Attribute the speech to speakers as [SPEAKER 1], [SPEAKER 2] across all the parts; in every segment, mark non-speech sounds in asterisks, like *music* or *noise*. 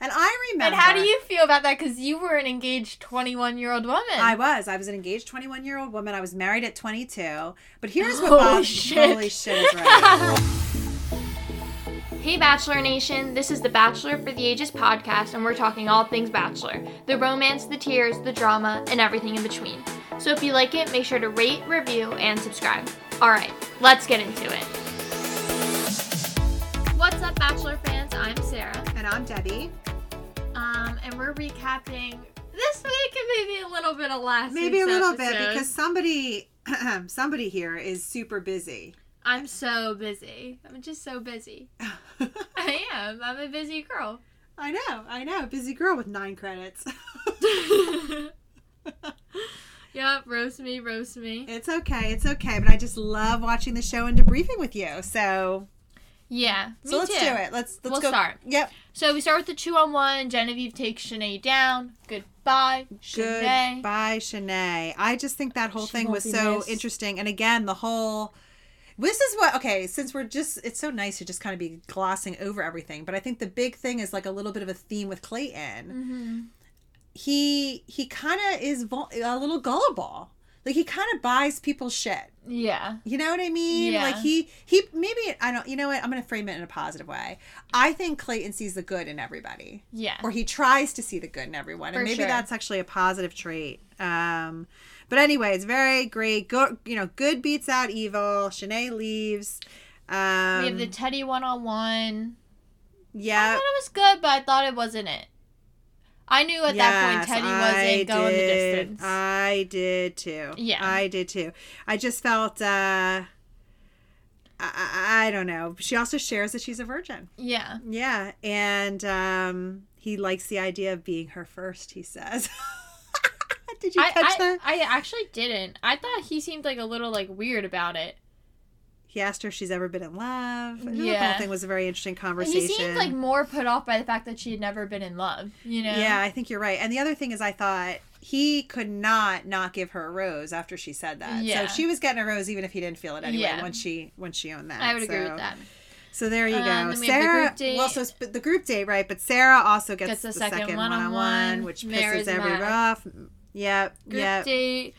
[SPEAKER 1] remember.
[SPEAKER 2] And how do you feel about that? Because you were an engaged 21 year old woman.
[SPEAKER 1] I was. I was an engaged 21 year old woman. I was married at 22. But here's what
[SPEAKER 2] Holy
[SPEAKER 1] Bob. *laughs*
[SPEAKER 2] shit.
[SPEAKER 1] Holy shit is *laughs* right.
[SPEAKER 2] Hey, Bachelor Nation, this is the Bachelor for the Ages podcast, and we're talking all things Bachelor the romance, the tears, the drama, and everything in between. So if you like it, make sure to rate, review, and subscribe. All right, let's get into it. What's up, Bachelor fans? I'm Sarah,
[SPEAKER 1] and I'm Debbie.
[SPEAKER 2] um, and we're recapping this week and maybe a little bit of last
[SPEAKER 1] Maybe a
[SPEAKER 2] week's
[SPEAKER 1] little bit
[SPEAKER 2] episode.
[SPEAKER 1] because somebody *clears throat* somebody here is super busy.
[SPEAKER 2] I'm so busy. I'm just so busy. I am. I'm a busy
[SPEAKER 1] *laughs*
[SPEAKER 2] girl.
[SPEAKER 1] *laughs* I know, I know. Busy girl with nine credits. *laughs*
[SPEAKER 2] yep, roast me, roast me.
[SPEAKER 1] it's okay, it's okay. But I just love watching the show and debriefing with you. So,
[SPEAKER 2] Yeah, me
[SPEAKER 1] so let's
[SPEAKER 2] too.
[SPEAKER 1] do it. Let's let's
[SPEAKER 2] We'll
[SPEAKER 1] go.
[SPEAKER 2] start.
[SPEAKER 1] Yep.
[SPEAKER 2] So we start with the two on one. Genevieve takes Shanae down. Goodbye, Shanae.
[SPEAKER 1] Goodbye, Shanae. I just think that whole
[SPEAKER 2] She
[SPEAKER 1] thing
[SPEAKER 2] won't
[SPEAKER 1] was
[SPEAKER 2] be
[SPEAKER 1] so
[SPEAKER 2] missed.
[SPEAKER 1] interesting. And again, the whole. This is what okay. Since we're just, it's so nice to just kind of be glossing over everything. But I think the big thing is like a little bit of a theme with Clayton.
[SPEAKER 2] Mm-hmm.
[SPEAKER 1] He he kind of is vul- a little gullible. Like he kind of buys people's shit.
[SPEAKER 2] Yeah,
[SPEAKER 1] You know what I mean?
[SPEAKER 2] Yeah.
[SPEAKER 1] Like he he maybe I don't. You know what? I'm gonna frame it in a positive way. I think Clayton sees the good in everybody
[SPEAKER 2] yeah.
[SPEAKER 1] or he tries to see the good in everyone
[SPEAKER 2] For
[SPEAKER 1] and maybe
[SPEAKER 2] sure.
[SPEAKER 1] that's actually a positive trait um but anyway it's very great go you know good beats out evil Shanae leaves um uh,
[SPEAKER 2] we have the Teddy one on one. I
[SPEAKER 1] yeah
[SPEAKER 2] thought it was good, but I thought it wasn't it. I knew at that
[SPEAKER 1] Yes,
[SPEAKER 2] point Teddy
[SPEAKER 1] I
[SPEAKER 2] wasn't going the
[SPEAKER 1] did. Uh,
[SPEAKER 2] distance.
[SPEAKER 1] I did too.
[SPEAKER 2] Yeah.
[SPEAKER 1] I did too. I just felt uh I, I I don't know. She also shares that she's a virgin.
[SPEAKER 2] yeah.
[SPEAKER 1] Yeah, and um he likes the idea of being her first, he says. *laughs* did you
[SPEAKER 2] I,
[SPEAKER 1] catch that?
[SPEAKER 2] I, I actually didn't. I thought he seemed like a little like weird about it.
[SPEAKER 1] He asked her if she's ever been in love. I yeah. The
[SPEAKER 2] Yeah.
[SPEAKER 1] whole thing was a very interesting conversation.
[SPEAKER 2] He seemed like more put off by the fact that she had never been in love. You know.
[SPEAKER 1] yeah, I think you're right. And the other thing is, I thought he could not not give her a rose after she said that.
[SPEAKER 2] Yeah.
[SPEAKER 1] So she was getting a rose even if he didn't feel it anyway.
[SPEAKER 2] Yeah.
[SPEAKER 1] Once she once she owned that,
[SPEAKER 2] I would agree
[SPEAKER 1] So-
[SPEAKER 2] with that.
[SPEAKER 1] So there you
[SPEAKER 2] Um,
[SPEAKER 1] go.
[SPEAKER 2] then we have the
[SPEAKER 1] Sarah.
[SPEAKER 2] group date.
[SPEAKER 1] Well, so it's b- the group date, right? But Sarah also gets,
[SPEAKER 2] Gets
[SPEAKER 1] the,
[SPEAKER 2] the
[SPEAKER 1] second,
[SPEAKER 2] second
[SPEAKER 1] one-on-one,
[SPEAKER 2] one-on-one.
[SPEAKER 1] which
[SPEAKER 2] Mara's
[SPEAKER 1] pisses every
[SPEAKER 2] mad.
[SPEAKER 1] rough. Yep.
[SPEAKER 2] Group
[SPEAKER 1] yep.
[SPEAKER 2] date.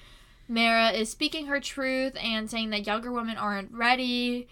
[SPEAKER 2] Mara is speaking her truth and saying that younger women aren't ready.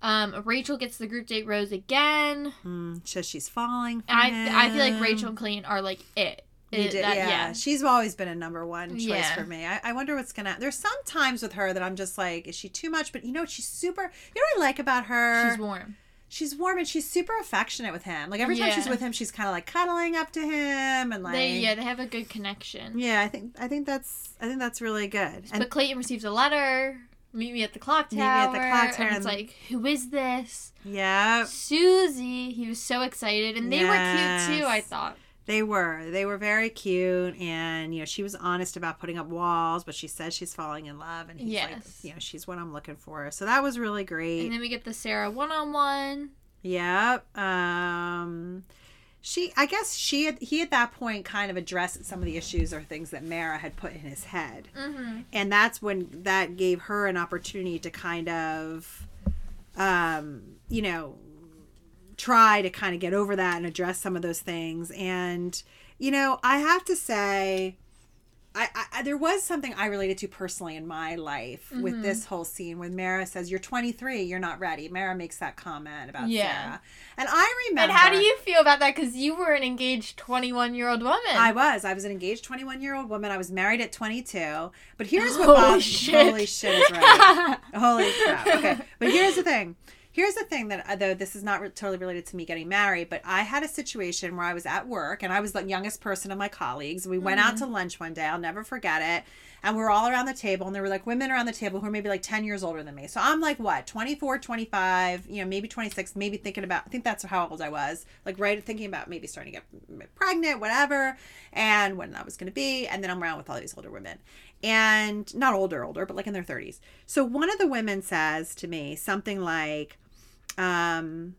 [SPEAKER 2] Um, Rachel gets the group date rose again.
[SPEAKER 1] Mm, says she's falling. For
[SPEAKER 2] And I I feel like
[SPEAKER 1] him.
[SPEAKER 2] Rachel and Clean are like it.
[SPEAKER 1] You
[SPEAKER 2] It-
[SPEAKER 1] did,
[SPEAKER 2] that-
[SPEAKER 1] yeah. She's always been a number one choice
[SPEAKER 2] Yeah.
[SPEAKER 1] for me. I, I wonder what's gonna. There's some times with her that I'm just like, is she too much? But you know, what? she's super. You know what I like about her?
[SPEAKER 2] She's warm.
[SPEAKER 1] She's warm and she's super affectionate with him. Like every time she's
[SPEAKER 2] Yeah.
[SPEAKER 1] with him, she's kind of like cuddling up to him and like,
[SPEAKER 2] They yeah
[SPEAKER 1] yeah.
[SPEAKER 2] they have a good connection.
[SPEAKER 1] I think I think that's I think that's really good. And
[SPEAKER 2] But Clayton receives a letter. Meet me at the clock tower.
[SPEAKER 1] me at the clock tower
[SPEAKER 2] And it's
[SPEAKER 1] and-
[SPEAKER 2] like, who is this?
[SPEAKER 1] yeah,
[SPEAKER 2] Susie. He was so excited, and they were cute
[SPEAKER 1] Yes.
[SPEAKER 2] too. I thought.
[SPEAKER 1] they were they were very cute, and you know she was honest about putting up walls, but she says she's falling in love, and he's like,
[SPEAKER 2] Yes.
[SPEAKER 1] you know, she's what I'm looking for. So that was really great.
[SPEAKER 2] And then we get the Sarah one on one.
[SPEAKER 1] Yep. Um she I guess she at- he at that point kind of addressed some of the issues or things that Mara had put in his head.
[SPEAKER 2] Mm-hmm.
[SPEAKER 1] And that's when that gave her an opportunity to kind of um you know try to kind of get over that and address some of those things and you know, I have to say I, I, I there was something I related to personally in my life with
[SPEAKER 2] Mm-hmm.
[SPEAKER 1] this whole scene when Mara says, "You're 23, you're not ready." Mara makes that comment about
[SPEAKER 2] Yeah.
[SPEAKER 1] Sarah, and I
[SPEAKER 2] And
[SPEAKER 1] remember.
[SPEAKER 2] how do you feel about that? Because you were an engaged 21 year old woman.
[SPEAKER 1] I was. I was an engaged 21 year old woman. I was married at 22. But here's what
[SPEAKER 2] Holy
[SPEAKER 1] Bob.
[SPEAKER 2] shit.
[SPEAKER 1] Holy shit is
[SPEAKER 2] *laughs*
[SPEAKER 1] right. Holy crap. Okay. But here's the thing. Here's the thing that, uh, though this is not re- totally related to me getting married, but I had a situation where I was at work and I was the youngest person of my colleagues. We went
[SPEAKER 2] Mm-hmm.
[SPEAKER 1] out to lunch one day. I'll never forget it. And we were all around the table and there were like women around the table who were maybe like 10 years older than me. So I'm like, what, 24, 25, you know, maybe 26, maybe thinking about, I think that's how old I was, like right thinking about maybe starting to get pregnant, whatever, and when that was going to be. And then I'm around with all these older women and not older, older, but like in their 30s. So one of the women says to me something like, um,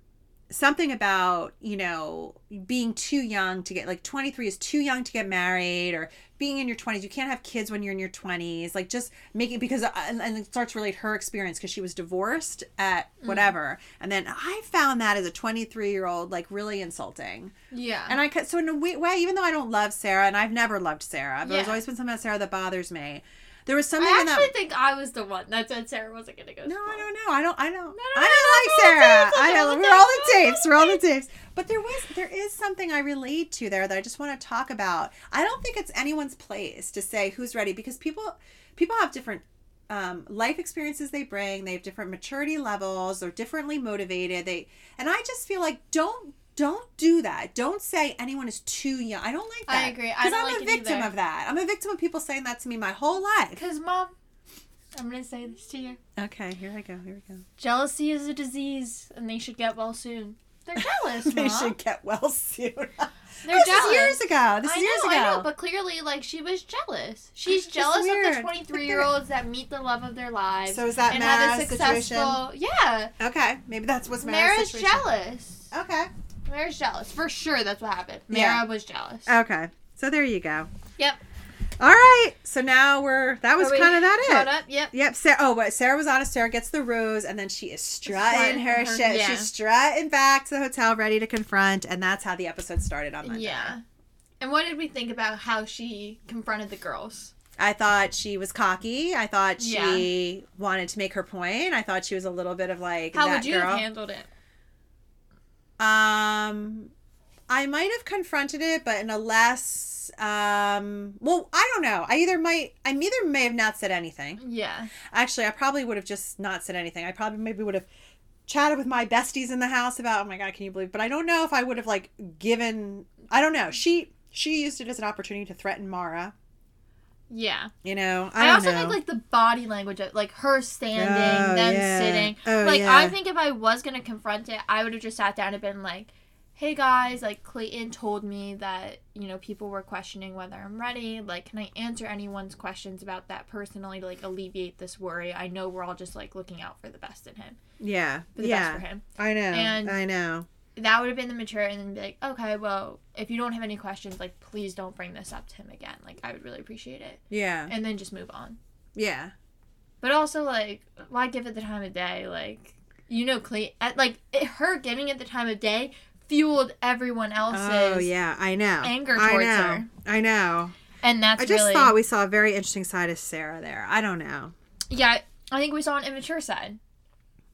[SPEAKER 1] something about you know being too young to get like 23 is too young to get married or being in your 20s you can't have kids when you're in your 20s like just making because uh, and, and it starts to relate her experience because she was divorced at whatever and then i found that as a 23 year old like really insulting
[SPEAKER 2] Yeah.
[SPEAKER 1] and i could so in a we- way even though i don't love sarah and i've never loved sarah but there's
[SPEAKER 2] Yeah.
[SPEAKER 1] always been something about sarah that bothers me there was something
[SPEAKER 2] I
[SPEAKER 1] in
[SPEAKER 2] actually
[SPEAKER 1] that
[SPEAKER 2] think I was the one that said Sarah wasn't gonna go.
[SPEAKER 1] no, I don't know. I don't. I don't.
[SPEAKER 2] no, no,
[SPEAKER 1] I
[SPEAKER 2] that's all
[SPEAKER 1] don't
[SPEAKER 2] the
[SPEAKER 1] like Sarah.
[SPEAKER 2] tapes,
[SPEAKER 1] I
[SPEAKER 2] that's all
[SPEAKER 1] don't.
[SPEAKER 2] the
[SPEAKER 1] We're all the
[SPEAKER 2] tapes, that's all the
[SPEAKER 1] tapes. We're all the tapes. But there was, there is something I relate to there that I just want to talk about. I don't think it's anyone's place to say who's ready because people, people have different um, life experiences they bring. They have different maturity levels. They're differently motivated. They and I just feel like don't don't do that. Don't say anyone is too young. I don't like that.
[SPEAKER 2] I agree. I
[SPEAKER 1] Because
[SPEAKER 2] don't
[SPEAKER 1] I'm
[SPEAKER 2] like
[SPEAKER 1] a
[SPEAKER 2] it
[SPEAKER 1] victim
[SPEAKER 2] either.
[SPEAKER 1] of that. I'm a victim of people saying that to me my whole life.
[SPEAKER 2] Because mom, I'm gonna say this to you.
[SPEAKER 1] Okay, here I go. Here we go.
[SPEAKER 2] Jealousy is a disease, and they should get well soon. They're
[SPEAKER 1] *laughs*
[SPEAKER 2] jealous,
[SPEAKER 1] they
[SPEAKER 2] mom.
[SPEAKER 1] should get well soon.
[SPEAKER 2] *laughs* They're
[SPEAKER 1] this
[SPEAKER 2] jealous.
[SPEAKER 1] is years ago. This is
[SPEAKER 2] I know,
[SPEAKER 1] years ago.
[SPEAKER 2] I know, but clearly, like she was jealous. She's
[SPEAKER 1] It's
[SPEAKER 2] jealous of
[SPEAKER 1] weird.
[SPEAKER 2] the twenty-three-year-olds that meet the love of their lives
[SPEAKER 1] so is that
[SPEAKER 2] and have a
[SPEAKER 1] Mara's
[SPEAKER 2] successful. Yeah,
[SPEAKER 1] situation? Okay, maybe that's what's Mara's
[SPEAKER 2] Mara's
[SPEAKER 1] situation.
[SPEAKER 2] jealous.
[SPEAKER 1] Okay.
[SPEAKER 2] Mara's jealous for sure. That's what happened. Mara
[SPEAKER 1] Yeah. Uh,
[SPEAKER 2] was jealous.
[SPEAKER 1] Okay. So there you go.
[SPEAKER 2] Yep.
[SPEAKER 1] All right. So now we're that was
[SPEAKER 2] Are we
[SPEAKER 1] kind of
[SPEAKER 2] caught
[SPEAKER 1] that it.
[SPEAKER 2] Up? Yep.
[SPEAKER 1] Yep. Sarah, oh, wait, Sarah was honest. Sarah gets the rose, and then she is strutting
[SPEAKER 2] Strutting
[SPEAKER 1] her,
[SPEAKER 2] her-
[SPEAKER 1] shit.
[SPEAKER 2] yeah.
[SPEAKER 1] She's strutting back to the hotel, ready to confront, and that's how the episode started on Monday.
[SPEAKER 2] Yeah. And what did we think about how she confronted the girls?
[SPEAKER 1] I thought she was cocky. I thought she
[SPEAKER 2] Yeah.
[SPEAKER 1] wanted to make her point. I thought she was a little bit of like
[SPEAKER 2] How
[SPEAKER 1] that
[SPEAKER 2] would you
[SPEAKER 1] girl.
[SPEAKER 2] have handled it?
[SPEAKER 1] Um, I might have confronted it, but in a less um. Well, I don't know. I either might. I either may have not said anything.
[SPEAKER 2] Yeah.
[SPEAKER 1] Actually, I probably would have just not said anything. I probably maybe would have chatted with my besties in the house about. Oh my god, can you believe? But I don't know if I would have like given. I don't know. She she used it as an opportunity to threaten Mara.
[SPEAKER 2] Yeah.
[SPEAKER 1] You know. I,
[SPEAKER 2] I,
[SPEAKER 1] don't
[SPEAKER 2] also
[SPEAKER 1] know.
[SPEAKER 2] think like the body language of like her standing,
[SPEAKER 1] Oh,
[SPEAKER 2] them
[SPEAKER 1] yeah.
[SPEAKER 2] sitting.
[SPEAKER 1] Oh,
[SPEAKER 2] like
[SPEAKER 1] yeah.
[SPEAKER 2] I think if I was gonna confront it, I would have just sat down and been like, Hey guys, like Clayton told me that, you know, people were questioning whether I'm ready. Like, can I answer anyone's questions about that personally to like alleviate this worry? I know we're all just like looking out for the best in him.
[SPEAKER 1] yeah,
[SPEAKER 2] For the
[SPEAKER 1] yeah.
[SPEAKER 2] best for him.
[SPEAKER 1] I know.
[SPEAKER 2] And-
[SPEAKER 1] I know.
[SPEAKER 2] that would have been the mature and then be like okay well if you don't have any questions like please don't bring this up to him again like i would really appreciate it
[SPEAKER 1] Yeah.
[SPEAKER 2] and then just move on
[SPEAKER 1] Yeah.
[SPEAKER 2] but also like why give it the time of day like you know Clay, at- like it, her giving it the time of day fueled everyone else's
[SPEAKER 1] Oh yeah, I know.
[SPEAKER 2] anger
[SPEAKER 1] I
[SPEAKER 2] towards
[SPEAKER 1] know.
[SPEAKER 2] her.
[SPEAKER 1] I know.
[SPEAKER 2] and that's
[SPEAKER 1] I just
[SPEAKER 2] really
[SPEAKER 1] thought we saw a very interesting side of Sarah there. I don't know.
[SPEAKER 2] yeah i think we saw an immature side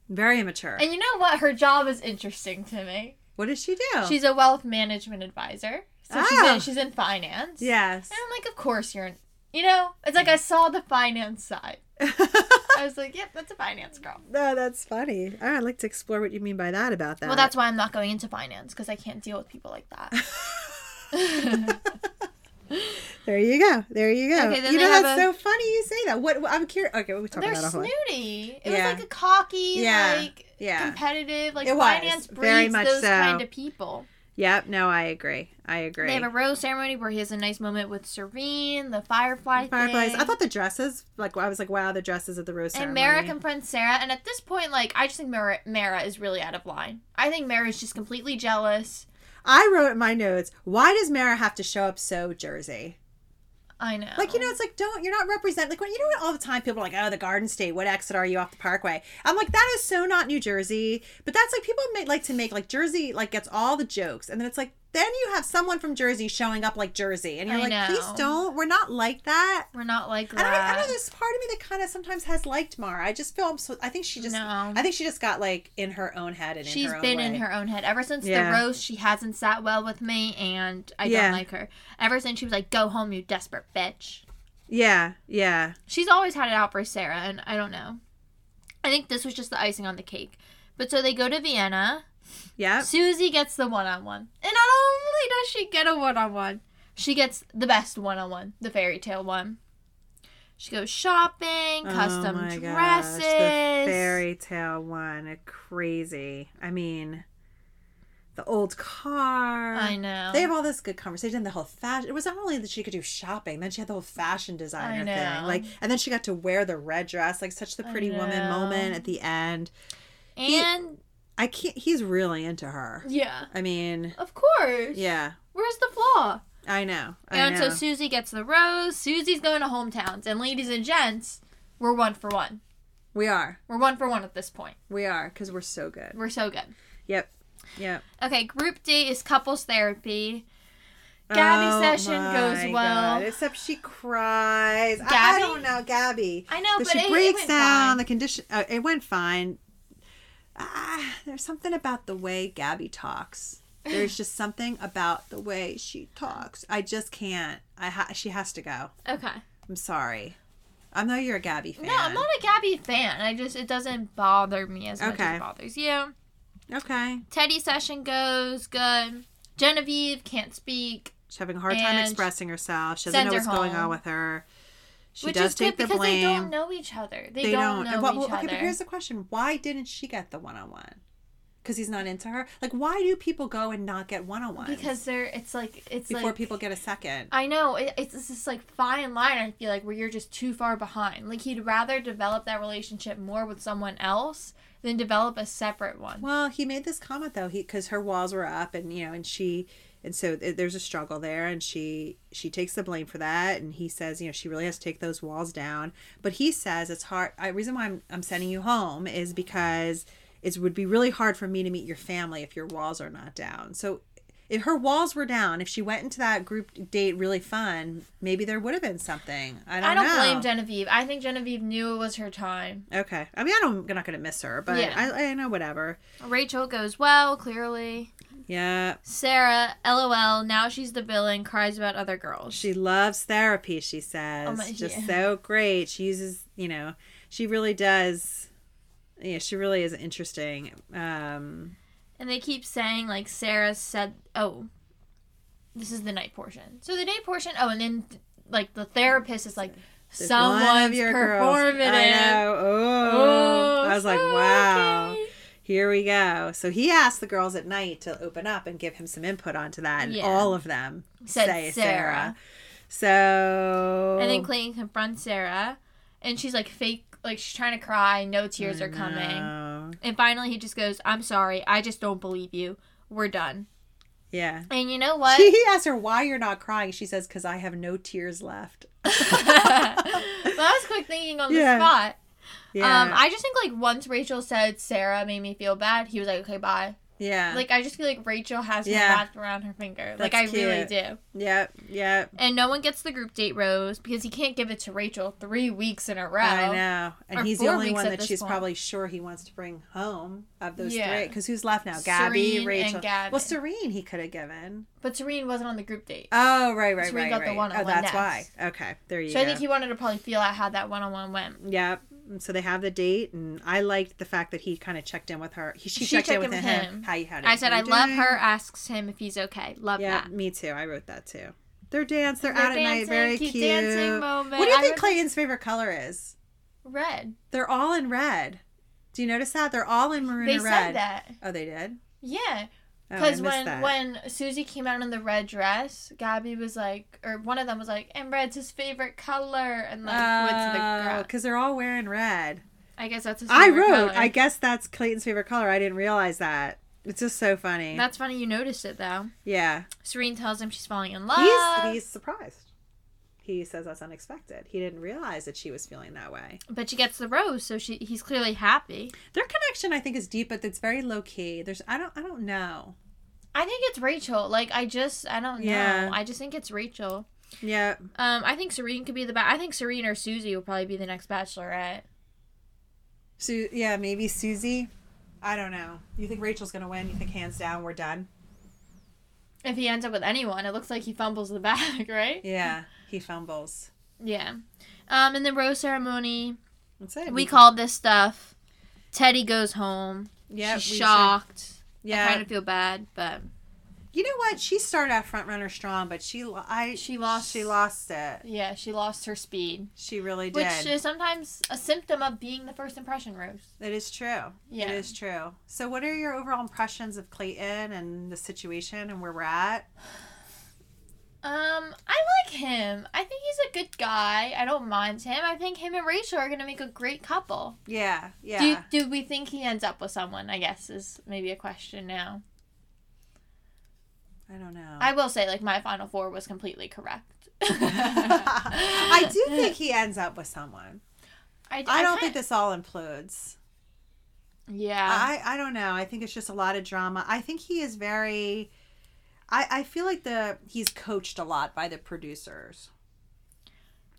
[SPEAKER 1] Very immature.
[SPEAKER 2] and you know what her job is interesting to me
[SPEAKER 1] what does she do?
[SPEAKER 2] she's a wealth management advisor so she's
[SPEAKER 1] Oh.
[SPEAKER 2] in she's in finance
[SPEAKER 1] yes.
[SPEAKER 2] And I'm like, of course you're in. You know, it's like I saw the finance side. I was like, yep, that's a finance girl.
[SPEAKER 1] *laughs* no, that's funny. All right, I'd like to explore what you mean by that about that.
[SPEAKER 2] Well, that's why I'm not going into finance because I can't deal with people like that.
[SPEAKER 1] *laughs* *laughs*
[SPEAKER 2] *laughs*
[SPEAKER 1] there you go. There you go.
[SPEAKER 2] Okay, then
[SPEAKER 1] you
[SPEAKER 2] they
[SPEAKER 1] know
[SPEAKER 2] have
[SPEAKER 1] that's
[SPEAKER 2] a-
[SPEAKER 1] so funny you say that. What I'm curious. Okay, we talked
[SPEAKER 2] They're
[SPEAKER 1] about a whole.
[SPEAKER 2] snooty. It
[SPEAKER 1] Yeah.
[SPEAKER 2] was like a cocky,
[SPEAKER 1] Yeah.
[SPEAKER 2] like
[SPEAKER 1] Yeah.
[SPEAKER 2] competitive, like
[SPEAKER 1] It was,
[SPEAKER 2] finance breeds
[SPEAKER 1] very much
[SPEAKER 2] those
[SPEAKER 1] so.
[SPEAKER 2] kind of people.
[SPEAKER 1] Yep. No, I agree. I agree.
[SPEAKER 2] They have a rose ceremony where he has a nice moment with Serene, the firefly,
[SPEAKER 1] Fireflies.
[SPEAKER 2] thing.
[SPEAKER 1] I thought the dresses. Like I was like, wow, the dresses at the rose
[SPEAKER 2] and
[SPEAKER 1] ceremony.
[SPEAKER 2] Mara confronts Sarah, and at this point, like I just think Mara, Mara is really out of line. I think Mara is just completely jealous.
[SPEAKER 1] I wrote in my notes. Why does Mara have to show up so Jersey?
[SPEAKER 2] I know,
[SPEAKER 1] Like you know, it's like don't you're not represent like when you know what all the time people are like oh the Garden State what exit are you off the Parkway I'm like that is so not New Jersey but that's like people make, like to make like Jersey like gets all the jokes and then it's like then you have someone from Jersey showing up like Jersey and you're
[SPEAKER 2] I
[SPEAKER 1] like
[SPEAKER 2] know.
[SPEAKER 1] please don't we're not like that
[SPEAKER 2] we're not like
[SPEAKER 1] and I,
[SPEAKER 2] that.
[SPEAKER 1] I know there's part of me that kind of sometimes has liked Mara I just feel I'm so I think she just
[SPEAKER 2] No.
[SPEAKER 1] I think she just got like in her own head and in
[SPEAKER 2] She's
[SPEAKER 1] her own
[SPEAKER 2] been
[SPEAKER 1] way.
[SPEAKER 2] in her own head ever since
[SPEAKER 1] Yeah.
[SPEAKER 2] the roast. She hasn't sat well with me, and I
[SPEAKER 1] Yeah.
[SPEAKER 2] don't like her. Ever since she was like, "Go home, you desperate bitch."
[SPEAKER 1] yeah yeah
[SPEAKER 2] She's always had it out for Sarah, and I don't know. I think this was just the icing on the cake. But so they go to Vienna.
[SPEAKER 1] yeah
[SPEAKER 2] Susie gets the one-on-one, and not only does she get a one-on-one, she gets the best one-on-one, the fairy tale one. She goes shopping, custom
[SPEAKER 1] oh my
[SPEAKER 2] dresses.
[SPEAKER 1] Gosh, the fairy tale one, eh, crazy. I mean, the old car.
[SPEAKER 2] I know.
[SPEAKER 1] They have all this good conversation. The whole fashion. It was not only that she could do shopping, then she had the whole fashion designer thing.
[SPEAKER 2] know.
[SPEAKER 1] Like, and then she got to wear the red dress, like such the pretty woman
[SPEAKER 2] know.
[SPEAKER 1] moment at the end.
[SPEAKER 2] and
[SPEAKER 1] I can't. He's really into her.
[SPEAKER 2] Yeah.
[SPEAKER 1] I mean,
[SPEAKER 2] Of course.
[SPEAKER 1] yeah,
[SPEAKER 2] Where's the flaw?
[SPEAKER 1] I know. I
[SPEAKER 2] and
[SPEAKER 1] know.
[SPEAKER 2] so Susie gets the rose. Susie's going to hometowns. And ladies and gents, we're one for one.
[SPEAKER 1] we are,
[SPEAKER 2] We're one for one at this point.
[SPEAKER 1] we are, because we're so good.
[SPEAKER 2] We're so good.
[SPEAKER 1] Yep, yep.
[SPEAKER 2] Okay, group date is couples therapy. Gabby's session
[SPEAKER 1] Oh my
[SPEAKER 2] goes well.
[SPEAKER 1] except she cries. I- I,
[SPEAKER 2] Gabby?
[SPEAKER 1] don't know, Gabby.
[SPEAKER 2] I know,
[SPEAKER 1] But
[SPEAKER 2] but
[SPEAKER 1] she
[SPEAKER 2] it, it
[SPEAKER 1] breaks
[SPEAKER 2] went
[SPEAKER 1] down
[SPEAKER 2] fine.
[SPEAKER 1] the condition. Uh, it went fine. Ah, there's something about the way Gabby talks. There's just something about the way she talks. I just can't. I ha- she has to go.
[SPEAKER 2] Okay.
[SPEAKER 1] I'm sorry. I know you're a Gabby fan.
[SPEAKER 2] No, I'm not a Gabby fan. I just it doesn't bother me as much
[SPEAKER 1] Okay.
[SPEAKER 2] as it bothers you.
[SPEAKER 1] Okay.
[SPEAKER 2] Teddy session goes good. Genevieve can't speak,
[SPEAKER 1] She's having a hard time
[SPEAKER 2] And
[SPEAKER 1] expressing herself. She doesn't know
[SPEAKER 2] sends her
[SPEAKER 1] what's going on
[SPEAKER 2] home.
[SPEAKER 1] with her. She
[SPEAKER 2] which
[SPEAKER 1] does
[SPEAKER 2] is
[SPEAKER 1] take
[SPEAKER 2] good
[SPEAKER 1] the
[SPEAKER 2] because
[SPEAKER 1] blame.
[SPEAKER 2] they don't know each other. They,
[SPEAKER 1] they don't.
[SPEAKER 2] don't, know
[SPEAKER 1] Well,
[SPEAKER 2] each
[SPEAKER 1] well, okay,
[SPEAKER 2] other.
[SPEAKER 1] but here's the question: Why didn't she get the one-on-one? Because he's not into her. Like, why do people go and not get one-on-one?
[SPEAKER 2] because they're it's like it's
[SPEAKER 1] before
[SPEAKER 2] like,
[SPEAKER 1] people get a second.
[SPEAKER 2] I know it, it's it's this like fine line. I feel like where you're just too far behind. Like he'd rather develop that relationship more with someone else than develop a separate one.
[SPEAKER 1] Well, he made this comment though, he because her walls were up, and you know, and she, and so th- there's a struggle there, and she she takes the blame for that, and he says, you know, she really has to take those walls down. But he says it's hard. I reason why I'm I'm sending you home is because it would be really hard for me to meet your family if your walls are not down. So. If her walls were down, if she went into that group date really fun, maybe there would have been something. I don't,
[SPEAKER 2] I don't
[SPEAKER 1] know.
[SPEAKER 2] blame Genevieve. I think Genevieve knew it was her time.
[SPEAKER 1] Okay, I mean, I don't, I'm not going to miss her, but
[SPEAKER 2] Yeah.
[SPEAKER 1] I, I know whatever.
[SPEAKER 2] Rachel goes well, clearly.
[SPEAKER 1] Yeah,
[SPEAKER 2] Sarah, lol, now she's the villain, cries about other girls.
[SPEAKER 1] She loves therapy, she says.
[SPEAKER 2] Oh my-
[SPEAKER 1] Just
[SPEAKER 2] yeah.
[SPEAKER 1] so great. She uses, you know, she really does. Yeah, she really is interesting. Um,
[SPEAKER 2] and they keep saying, like, Sarah said, oh, this is the night portion. So the day portion, oh, and then, like, the therapist is like,
[SPEAKER 1] there's
[SPEAKER 2] someone's
[SPEAKER 1] girls-
[SPEAKER 2] performative.
[SPEAKER 1] I know. Oh,
[SPEAKER 2] Oh,
[SPEAKER 1] I was like,
[SPEAKER 2] so
[SPEAKER 1] wow.
[SPEAKER 2] okay.
[SPEAKER 1] Here we go. So he asked the girls at night to open up and give him some input onto that, and
[SPEAKER 2] Yeah.
[SPEAKER 1] all of them
[SPEAKER 2] Said
[SPEAKER 1] say Sarah.
[SPEAKER 2] Sarah.
[SPEAKER 1] So
[SPEAKER 2] And then Clayton confronts Sarah, and she's like, fake, like, she's trying to cry, no tears are coming.
[SPEAKER 1] No.
[SPEAKER 2] And finally, he just goes, I'm sorry, I just don't believe you. We're done.
[SPEAKER 1] Yeah.
[SPEAKER 2] And you know
[SPEAKER 1] *laughs*
[SPEAKER 2] what? *laughs*
[SPEAKER 1] She, he asks her why you're not crying. She says, "Cause I have no tears left."
[SPEAKER 2] that was quick thinking on the
[SPEAKER 1] Yeah.
[SPEAKER 2] spot.
[SPEAKER 1] Yeah.
[SPEAKER 2] Um, I just think like once Rachel said Sarah made me feel bad, he was like, okay, bye.
[SPEAKER 1] yeah.
[SPEAKER 2] Like I just feel like Rachel has me
[SPEAKER 1] Yeah.
[SPEAKER 2] wrapped around her finger. like I
[SPEAKER 1] That's
[SPEAKER 2] really
[SPEAKER 1] cute.
[SPEAKER 2] do.
[SPEAKER 1] Yep, yep.
[SPEAKER 2] And no one gets the group date rose because he can't give it to Rachel three weeks in a row.
[SPEAKER 1] I know.
[SPEAKER 2] Or
[SPEAKER 1] And he's the
[SPEAKER 2] four
[SPEAKER 1] only
[SPEAKER 2] weeks
[SPEAKER 1] one
[SPEAKER 2] at
[SPEAKER 1] that
[SPEAKER 2] this
[SPEAKER 1] she's
[SPEAKER 2] point.
[SPEAKER 1] probably sure he wants to bring home of those
[SPEAKER 2] Yeah.
[SPEAKER 1] three. Because who's left now? Gabby,
[SPEAKER 2] Serene
[SPEAKER 1] Rachel.
[SPEAKER 2] and Gavin.
[SPEAKER 1] Well, Serene he could have given.
[SPEAKER 2] But Serene wasn't on the group date.
[SPEAKER 1] Oh, right, right,
[SPEAKER 2] Serene
[SPEAKER 1] right.
[SPEAKER 2] got the
[SPEAKER 1] right.
[SPEAKER 2] one-on-one
[SPEAKER 1] oh, that's
[SPEAKER 2] next.
[SPEAKER 1] why. Okay, there you
[SPEAKER 2] so
[SPEAKER 1] go.
[SPEAKER 2] I think he wanted to probably feel out how that one on one went.
[SPEAKER 1] Yep. And So they have the date, and I liked the fact that he kind of checked in with her. He, she,
[SPEAKER 2] She
[SPEAKER 1] checked, in with him.
[SPEAKER 2] him.
[SPEAKER 1] How you had it?
[SPEAKER 2] I said
[SPEAKER 1] How
[SPEAKER 2] I
[SPEAKER 1] you
[SPEAKER 2] love
[SPEAKER 1] doing?"
[SPEAKER 2] her, asks him if he's okay. Love
[SPEAKER 1] Yeah,
[SPEAKER 2] that.
[SPEAKER 1] me too. I wrote that too. Their dance, they're,
[SPEAKER 2] They're
[SPEAKER 1] out at night,
[SPEAKER 2] dancing,
[SPEAKER 1] very
[SPEAKER 2] cute
[SPEAKER 1] cute.
[SPEAKER 2] dancing moment.
[SPEAKER 1] What do you
[SPEAKER 2] I
[SPEAKER 1] think
[SPEAKER 2] wrote-
[SPEAKER 1] Clayton's favorite color is?
[SPEAKER 2] Red.
[SPEAKER 1] They're all in red. Do you notice that? They're all in maroon
[SPEAKER 2] They
[SPEAKER 1] and
[SPEAKER 2] said
[SPEAKER 1] red.
[SPEAKER 2] that.
[SPEAKER 1] Oh, they did?
[SPEAKER 2] Yeah.
[SPEAKER 1] Oh, I
[SPEAKER 2] Because
[SPEAKER 1] missed
[SPEAKER 2] when
[SPEAKER 1] that.
[SPEAKER 2] when Susie came out in the red dress, Gabby was like, or one of them was like, "And red's his favorite color," and like went to the
[SPEAKER 1] Oh,
[SPEAKER 2] ground.
[SPEAKER 1] because they're all wearing red.
[SPEAKER 2] I guess that's his.
[SPEAKER 1] I
[SPEAKER 2] favorite
[SPEAKER 1] wrote.
[SPEAKER 2] color.
[SPEAKER 1] I guess that's Clayton's favorite color. I didn't realize that. It's just so funny.
[SPEAKER 2] That's funny you noticed it though.
[SPEAKER 1] yeah,
[SPEAKER 2] Serene tells him she's falling in love.
[SPEAKER 1] he's he's surprised. He says that's unexpected. He didn't realize that she was feeling that way.
[SPEAKER 2] but she gets the rose, so she he's clearly happy.
[SPEAKER 1] Their connection, I think, is deep, but it's very low key. There's I don't I don't know.
[SPEAKER 2] I think it's Rachel. Like I just I don't
[SPEAKER 1] Yeah.
[SPEAKER 2] know. I just think it's Rachel.
[SPEAKER 1] Yeah,
[SPEAKER 2] Um, I think Serene could be the. Ba- I think Serene or Susie will probably be the next Bachelorette.
[SPEAKER 1] so yeah, maybe Susie. I don't know. You think Rachel's gonna win? You think hands down we're done?
[SPEAKER 2] If he ends up with anyone, it looks like he fumbles the *laughs* bag, right?
[SPEAKER 1] Yeah, he fumbles.
[SPEAKER 2] Yeah. Um, and the rose ceremony.
[SPEAKER 1] That's it.
[SPEAKER 2] We called this stuff. Teddy goes home.
[SPEAKER 1] Yeah,
[SPEAKER 2] She's
[SPEAKER 1] we should-
[SPEAKER 2] shocked. I
[SPEAKER 1] Yeah,
[SPEAKER 2] kind of feel bad, but
[SPEAKER 1] You know what? She started out front runner strong, but she lo- I
[SPEAKER 2] She lost-
[SPEAKER 1] she lost it.
[SPEAKER 2] yeah, she lost her speed,
[SPEAKER 1] She really did.
[SPEAKER 2] which is sometimes a symptom of being the first impression rose.
[SPEAKER 1] That is true.
[SPEAKER 2] Yeah.
[SPEAKER 1] It is true. So what are your overall impressions of Clayton and the situation and where we're at?
[SPEAKER 2] Um, I like him. I think he's a good guy. guy. I don't mind him. I think him and Rachel are gonna make a great couple.
[SPEAKER 1] Yeah, yeah.
[SPEAKER 2] Do you, do we think he ends up with someone? I guess is maybe a question now.
[SPEAKER 1] I don't know.
[SPEAKER 2] I *laughs* will say, like my final four was completely correct.
[SPEAKER 1] *laughs* I
[SPEAKER 2] *laughs*
[SPEAKER 1] do think he ends up with someone.
[SPEAKER 2] I,
[SPEAKER 1] I don't
[SPEAKER 2] kinda-
[SPEAKER 1] think this all implodes.
[SPEAKER 2] Yeah.
[SPEAKER 1] I, I don't know. I think it's just a lot of drama. I think he is very. I, I feel like the he's coached a lot by the producers.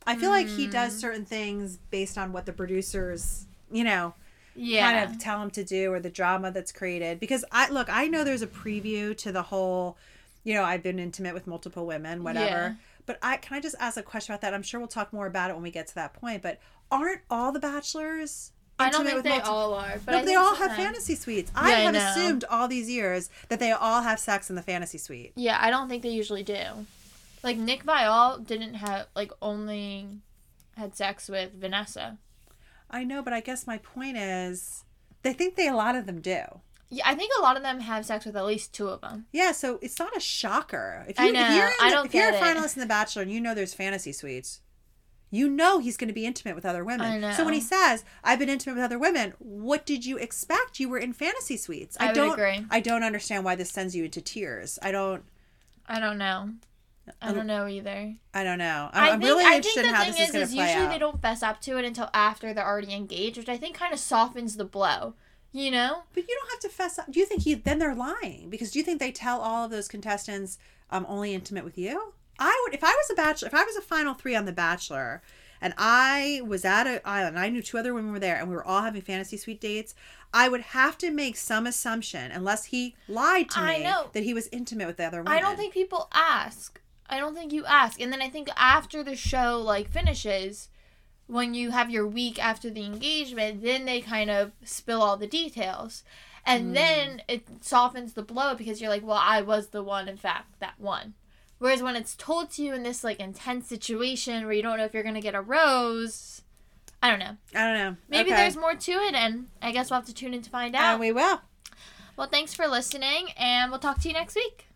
[SPEAKER 1] I feel like he
[SPEAKER 2] Hmm.
[SPEAKER 1] does certain things based on what the producers, you know,
[SPEAKER 2] yeah.
[SPEAKER 1] kind of tell him to do or the drama that's created. Because I look, I know there's a preview to the whole, you know, I've been intimate with multiple women, whatever.
[SPEAKER 2] Yeah.
[SPEAKER 1] But I can I just ask a question about that? I'm sure we'll talk more about it when we get to that point. But aren't all the bachelors?
[SPEAKER 2] I don't
[SPEAKER 1] intimate
[SPEAKER 2] think
[SPEAKER 1] with
[SPEAKER 2] they
[SPEAKER 1] multiple-
[SPEAKER 2] all are, but
[SPEAKER 1] no, but
[SPEAKER 2] I
[SPEAKER 1] they
[SPEAKER 2] think
[SPEAKER 1] all have
[SPEAKER 2] sometimes-
[SPEAKER 1] fantasy suites. I
[SPEAKER 2] Yeah, I
[SPEAKER 1] have
[SPEAKER 2] know.
[SPEAKER 1] assumed all these years that they all have sex in the fantasy suite.
[SPEAKER 2] Yeah, I don't think they usually do. Like Nick Viall didn't have like only had sex with Vanessa.
[SPEAKER 1] I know, but I guess my point is, they think they a lot of them do.
[SPEAKER 2] Yeah, I think a lot of them have sex with at least two of them.
[SPEAKER 1] Yeah, so it's not a shocker. If
[SPEAKER 2] I
[SPEAKER 1] you,
[SPEAKER 2] know,
[SPEAKER 1] If you're, in
[SPEAKER 2] I
[SPEAKER 1] the-
[SPEAKER 2] don't
[SPEAKER 1] if you're a
[SPEAKER 2] get it.
[SPEAKER 1] finalist in The Bachelor and you know there's fantasy suites, you know he's going to be intimate with other women.
[SPEAKER 2] I
[SPEAKER 1] So when he
[SPEAKER 2] know.
[SPEAKER 1] says, "I've been intimate with other women," what did you expect? You were in fantasy suites.
[SPEAKER 2] I would
[SPEAKER 1] don't.
[SPEAKER 2] agree.
[SPEAKER 1] I don't understand why this sends you into tears. I don't.
[SPEAKER 2] I don't know. I don't know either.
[SPEAKER 1] I don't know. I'm, I'm
[SPEAKER 2] think-
[SPEAKER 1] really
[SPEAKER 2] I
[SPEAKER 1] interested in how this is, going to play
[SPEAKER 2] usually
[SPEAKER 1] out.
[SPEAKER 2] they don't fess up to it until after they're already engaged, which I think kind of softens the blow. You know?
[SPEAKER 1] But you don't have to fess up. Do you think he? Then they're lying because do you think they tell all of those contestants, "I'm only intimate with you"? I would if I was a bachelor. If I was a final three on The Bachelor, and I was at an island, I knew two other women were there, and we were all having fantasy suite dates. I would have to make some assumption, unless he lied to
[SPEAKER 2] I
[SPEAKER 1] me,
[SPEAKER 2] know.
[SPEAKER 1] that he was intimate with the other women.
[SPEAKER 2] I don't think people ask. I don't think you ask. And then I think after the show like finishes, when you have your week after the engagement, then they kind of spill all the details.
[SPEAKER 1] Hmm.
[SPEAKER 2] And then it softens the blow because you're like, well, I was the one, in fact, that one. Whereas when it's told to you in this like intense situation where you don't know if you're gonna get a rose, I don't know.
[SPEAKER 1] I don't know.
[SPEAKER 2] Maybe
[SPEAKER 1] Okay.
[SPEAKER 2] there's more to it, and I guess we'll have to tune in to find out.
[SPEAKER 1] And we will.
[SPEAKER 2] well, thanks for listening, and we'll talk to you next week.